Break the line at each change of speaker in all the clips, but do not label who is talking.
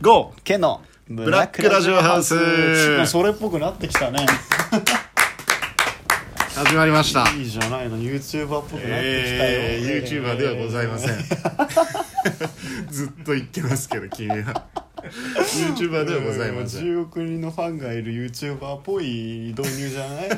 GO!
ケのブ
ラックラジオハウス
それっぽくなってきたね
始まりました。
いいじゃないの YouTuber っぽくなってきたよ、
えー、YouTuber ではございません。 ずっと言ってますけど、君は。YouTuber ではございません。
10億人のファンがいる YouTuber っぽい導入じゃないな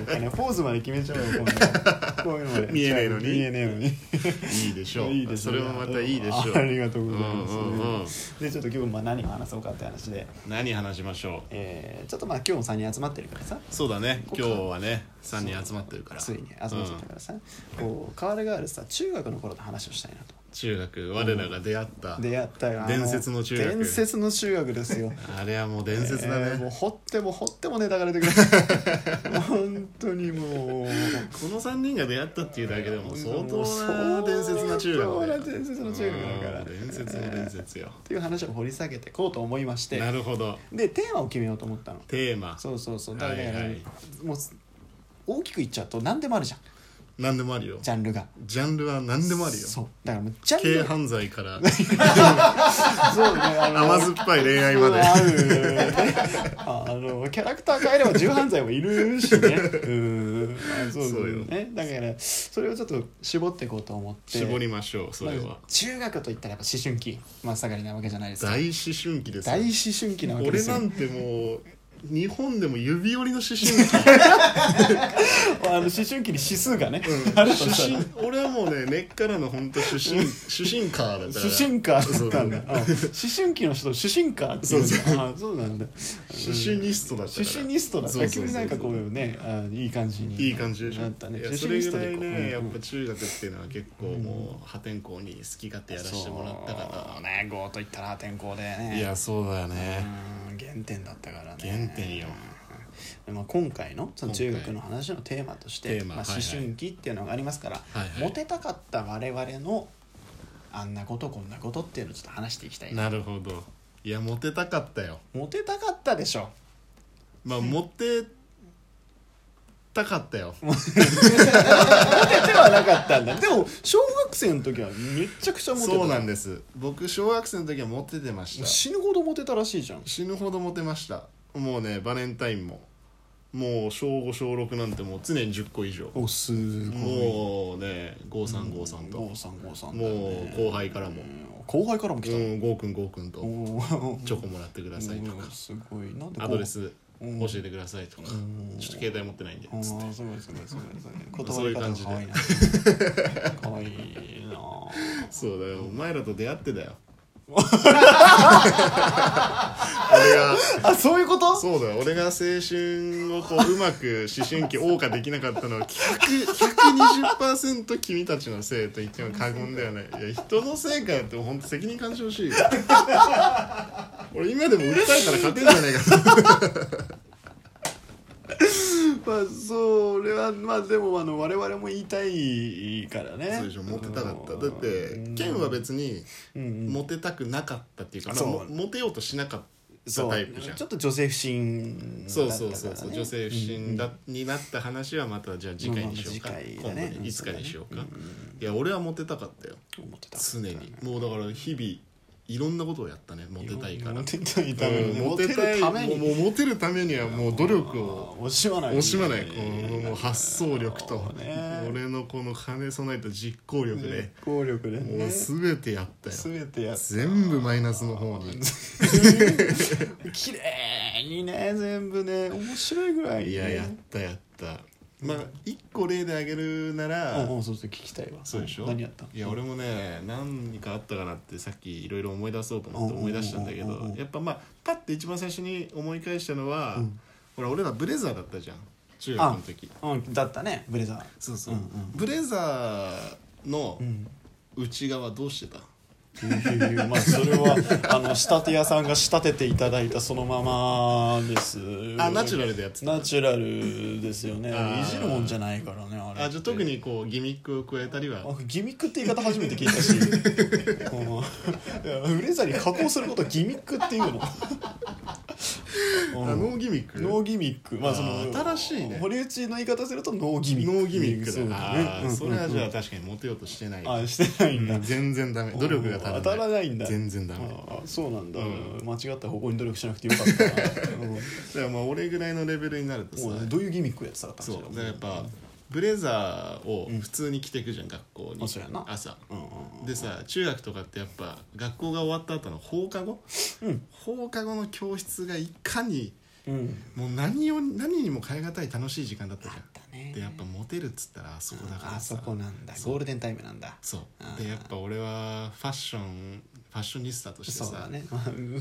んかねポーズまで決めちゃうよ今度こういうのまで
見えねえのに
見えねえのに
いいでしょう。
いいです
そ
ね
れもまたいいでしょう。
あありがとうございます、
うんうんうん
でちょっと今日まあ何を話そうかって話で、
何話しましょう。
えー、ちょっとまあ今日も3人集まってるからさ
そうだね。今日はね、三人集まってるから。
ついに集まっちゃったからさ、こう変わる変わるさ中学の頃の話をしたいなと
中学、我らが出会った。
出会ったよあ
伝説の中学
伝説の中学ですよ
あれはもう伝説だ
えーもう
ね。
掘っても掘ってもネタが出てく る本当にもう
この三人が出会ったっていうだけでも相当な伝説の中学
相当
だ
な
よ
伝説の中学だから
うん伝説の伝説よ
っ。ていう話を掘り下げていこうと思いまして
なるほど。
でテーマを決めようと思ったの
テーマ。
そうそうそうだから、
はいはい
もう大きく言っちゃうと何でもあるじゃん
何でもあるよ
ジャンルが
ジャンルは何でもあるよ
そうだからもうジャン
軽
ル
犯 罪から
そうねあの
甘酸っぱい恋愛まで
あるあのキャラクター変えれば重犯罪もいるしねうんあそう
そうよ
ねだからそれをちょっと絞っていこうと思って
絞りましょうそれ
ま
は
あ中学といったらやっぱ思春期真っ盛りなわけじゃないですか
大思春期ですよ
大思春期なわけで
俺
すよ
なんてもう日本でも指折りの思春期
あの思春期に指数がね、 あるとしたら
思春俺はもうね根っからの本当思春思春カーだから
主審歌だったんだ
そう
あ思春期の人を主審歌っていうんだあそうなんだ
思春リストだったか
主
ら
審ニストだっ
そう
た
そうそう
急になんかこうねあいい感じに
いい感じでしょ
なったね
いや
主
そ
審ニ
れ
ス
ぐ
ト
ら
で
い
こう
ねや
う
っ
ん
ぱ中学っていうのは結構もう破天荒に好き勝手やらせてもらった
そう
か
ねゴーといったら天候で
ら
ね
いやそうだよね
うん原点だったからね
原点よ
でまあ、今回のその中
今
学
回
の話のテーマとして
テーマ
まあ、
はい
思
はい
春期っていうのがありますから、
はいはい
モテたかった我々のあんなことこんなことっていうのをちょっと話していきたいな
なるほどいやモテたかったよ
モテたかったでしょ
まあモテたかったよ
モテてはなかったんだでも小学生の時はめちゃくちゃモテた
そうなんです僕小学生の時はモテてました
死ぬほどモテたらしいじゃん
死ぬほどモテましたもうねバレンタインももう小5小6なんてもう常に10個以上
おすごい
もうね5353と
五三五三
もう後輩からも
後輩からも
「う
来たの、
んゴーくんゴーくん」と
おー
「チョコもらってください」と
お
か
ーすごいなん
「
でこう
アドレス
うん
教えてください」とか「ちょっと携帯持ってないんで」
ああ
つって
すごいすごいすごいすごい
そ
断
うい
り
う
方
感
が
じで
可愛いな可愛いなあ
そうだよお前らと出会って だよ俺が
あそういうこと
そうだよ俺が青春をこううまく思春期謳歌できなかったのは100 120%君たちのせいと言っても過言 ではないいや人のせいかよって本当責任感じてほしいよ俺今でも訴えたら勝てんじゃないかな
まあそれはまあでもあの我々も言いたいからね
そうでしょモテたかっただってケンは別にモテたくなかったっていうか、まあ
そう
もモテようとしなかった
そう
タイプじゃん
ちょっと女性不信だったか
そ
ら、
う
ね、
そうそうそう女性不信だ、になった話はまたじゃあ次回にしようか、
まあまあ次回だね
今度
うん
にいつかにしようか、いや俺はモテたかったよ
思ってた
常にもうだから日々いろんなことをやったねモテたいから
モテたいために、
うん
モテるため
もう
に
もうモテるためにはもう努力を
惜しまない
惜しまないこうもう発想力と
ね
俺のこの兼ね備えた実行力で
効力で
も
ね
う全てやったよ
全てやっ
全部マイナスの方に
綺麗にね全部ね面白いぐらい、ね、
いややったやったまあ一個例であげるな
あ
ら
あそうそう聞きたいわ
そうでしょ
何やったの
いや俺もね何かあったかなってさっきいろいろ思い出そうと思って思い出したんだけ
うんうんうんうんう
ど
ん
やっぱまあパッて一番最初に思い返したのは、ほら俺らブレザーだったじゃん中学の時
うんだったねブレザー
そうそう、
うんう
ブレザーの内側どうしてた、
まあそれは あの仕立て屋さんが仕立てていただいたそのままです
あナチュラルでやってた
ナチュラルですよね
あー
いじるもんじゃないからねあれ
あじゃあ特にこうギミックを加えたりは
あギミックって言い方初めて聞いたし うんいやブレザーに加工することをギミックっていうのう
あ
ん
ノーギミック
ノーギミックまあそ
あ
の
ー新しいね
堀内の言い方するとノーギミック
ノーギミックだ
そうだねう
あ
んうんう
ー
ん
それはじゃあ確かにモテようとしてない、
あしてないんだ、
うん全然ダメ努力が足らない
当たらないんだ
全然ダメ
あそうなんだ、
う
間違った方向に努力しなくてよか ったな、う
だからまあ俺ぐらいのレベルになると
ん
さ
もうどういうギミックやってたかったん
そうだから
だ
やっぱブレザーを普通に着てくじゃん、学校に
あそうやな
朝
うんうん
でさ中学とかってやっぱ学校が終わった後の放課後、放課後の教室がいかに
うんうん
もう何を何にも変え難い楽しい時間だったじゃん
だね
でやっぱモテるっつったらあそこだからさ
あそこなんだゴールデンタイムなんだ
そう
あー
でやっぱ俺はファッションファッショニスタとして
そうだ
さ、
ねまあ うんう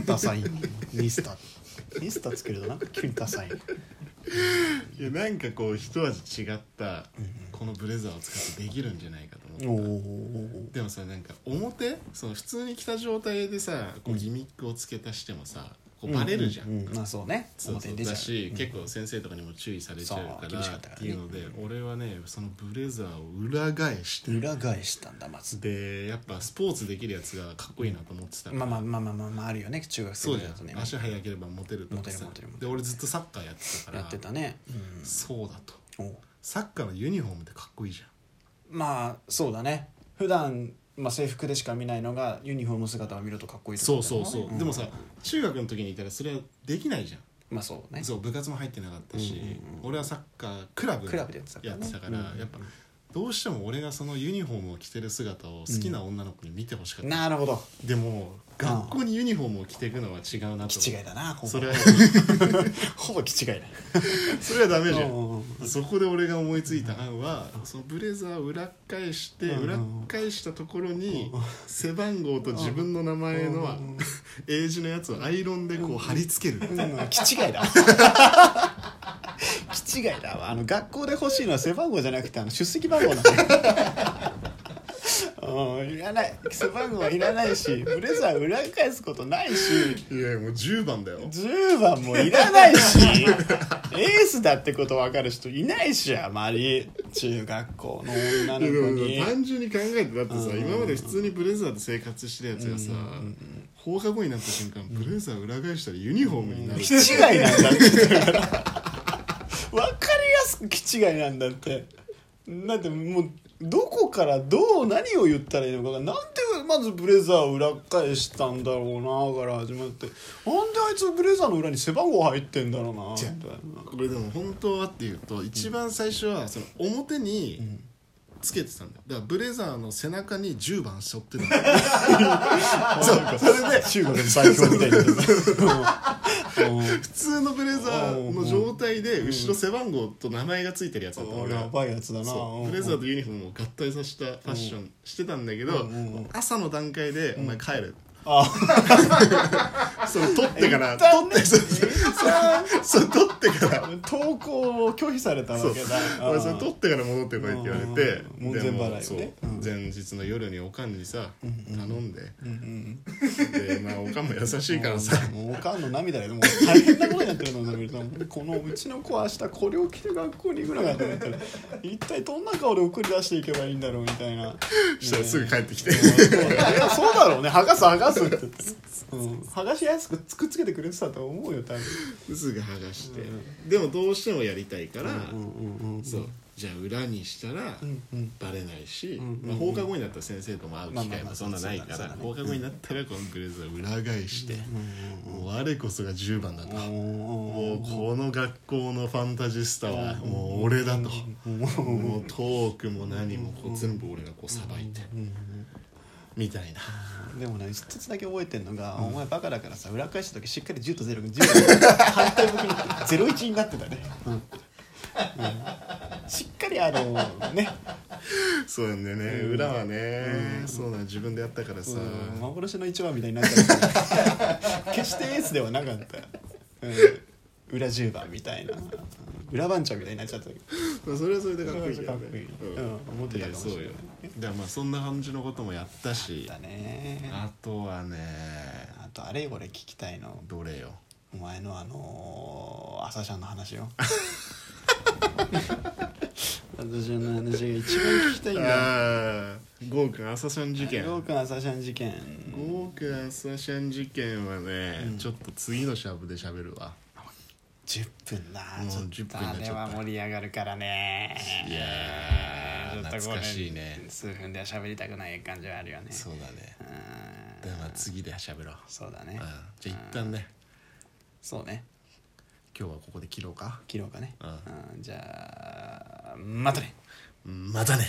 んダサいねニスタニスタつけるとなんか急にダサいね
いやなんかこう一味違ったこのブレザーを使ってできるんじゃないかと思って
おお
でもさなんか表その普通に着た状態でさこうギミックをつけ足してもさこうバレるじゃん、
ううまあそうね
そう
表
そう
に出ちゃ
だ
う
し、
うん
結構先生とかにも注意されちゃう
そ
か
う
ら
厳しかっ
った
から
て
ね
いうので、俺はねそのブレザーを裏返して
裏返したんだまず
でやっぱスポーツできるやつがかっこいいなと思ってたから、
まあまあまあまあまあ、まあ、あるよね中学生
そう
ぐ
じ
らい
ゃん
だとね
足早ければモテるとかさ
モテるモテるモテ
で俺ずっとサッカーやってたから
やってたね、
そうだと
うん、お
サッカーのユニフォームってかっこいいじゃん
まあそうだね普段まあ制服でしか見ないのがユニフォーム姿を見るとかっこいいと
そ
こだ
う
よ
そ
ね
うそう、でもさ中学の時にいたらそれはできないじゃん
まあそうね
そう部活も入ってなかったし、俺はサッカークラブ
クラブでやってたからね
やってたからやっぱどうしても俺がそのユニフォームを着てる姿を好きな女の子に見てほしかった、
なるほど
でも学校にユニフォームを着ていくのは違うなと
気違いだなほぼ
それは
ほぼ気違いだ
それはダメじゃ
うんんうん
そこで俺が思いついた案はそのブレザーを裏返して
うん
裏返したところに背番号と自分の名前のは 英字のやつをアイロンでこう貼り付ける
うん気違いだ気違いだわあの学校で欲しいのは背番号じゃなくてあの出席番号なんだようんいらない背番号はいらないしブレザー裏返すことないし
いやいやもう10番だよ
10番もいらないしエースだってこと分かる人いないしあまり中学校の女
いやで
の子
も
に
単純に考えてだってさ今まで普通にブレザーで生活してたやつがさ放課後になった瞬間ブレザー裏返したらユニフォームになる
気違いなんだってだから分かりやすく気違いなんだってだってもうどこからどう何を言ったらいいのかがなんでまずブレザーを裏返したんだろうなから始まってなんであいつブレザーの裏に背番号入ってんだろうなみたいな
これでも本当はっていうと一番最初はその表につけてたんだよだからブレザーの背中に10番背負ってたんだよ
そうそれで中学の最強みたいな
普通のブレザーの状態で後ろ背番号と名前がついてるやつだったの
うん
俺
や
は
ばいやつだな
そうブレザーとユニフォームを合体させたファッションしてたんだけど朝の段階で「お前帰れ」 それ取ってか
言
ら
った
取
ね
ってそうそう取ってから
投稿を拒否されたわけだ
俺それ取ってから戻ってこいって言われて
うん
で
門前払いを
も
ね
そう
うん
前日の夜におかんにさ頼んで
うんうん
でまあおかんも優しいからさ
もうおかんの涙でもう大変なことになってるのを見るとこのうちの子は明日これを着て学校に行くのかと思ったら一体どんな顔で送り出していけばいいんだろうみたい な
そしたらすぐ帰ってきて
いやそうだろうね剥がす剥がす って言って、うん、剥がしやすくくっつけてくれてたと思うよ多分
すぐ剥がしてでもどうしてもやりたいから
うんうん
そうじゃあ裏にしたら
うんうん
バレないし、
んうんうん
まあ、放課後になったら先生とも会う機
まあまあ
会
ま
も
あ
そんなないから、
そうだね
放課後になったらこのブレザーを裏返して、もう我こそが10番だと、もうこの学校のファンタジスタはもう俺だと、もうトークも何もこう全部俺がこうさばいて、みたいな
でもね一つだけ覚えてんのが、お前バカだからさ裏返した時しっかり10と0が10が反対向きに01になってたね、うんうんしっかりあのね、
そうなんだよね、裏はね、そうなん自分でやったからさ、
うん、幻の一番みたいになっち ゃった決してエースではなかった、うん、裏10番みたいなうん裏番長みたいになっちゃったけど
まあ、それはそれでかっこいいけ
それ
ど
はそれでかっこいいうん思ってたかもしれない
やそうよだからまあそんな感じのこともやったし
だね
あとはね
あとあれよ俺聞きたいの
どれよ
お前のあのー、朝シャンの話 よ朝シャンの話が一番聞きたいんだ
ああゴゴーくんアサシャン事件
ゴーくんアサシャン事件
ゴーくんアサシャン事件はね、
うん
ちょっと次のシャープで喋るわ
10分な
もう
ちょっ
10分
と
にな
あ
っちゃ
れ
った
は盛り上がるからね
いや
ちょっ
ー
と
懐かしいね
これ数分では喋りたくない感じはあるよね
そうだね
うん
だからまあ次で喋ろう
そうだ
うん
ね
じゃあ一旦ね
そうね
今日はここで切ろうか
切ろうかね
うん
うんじゃあまたね
またね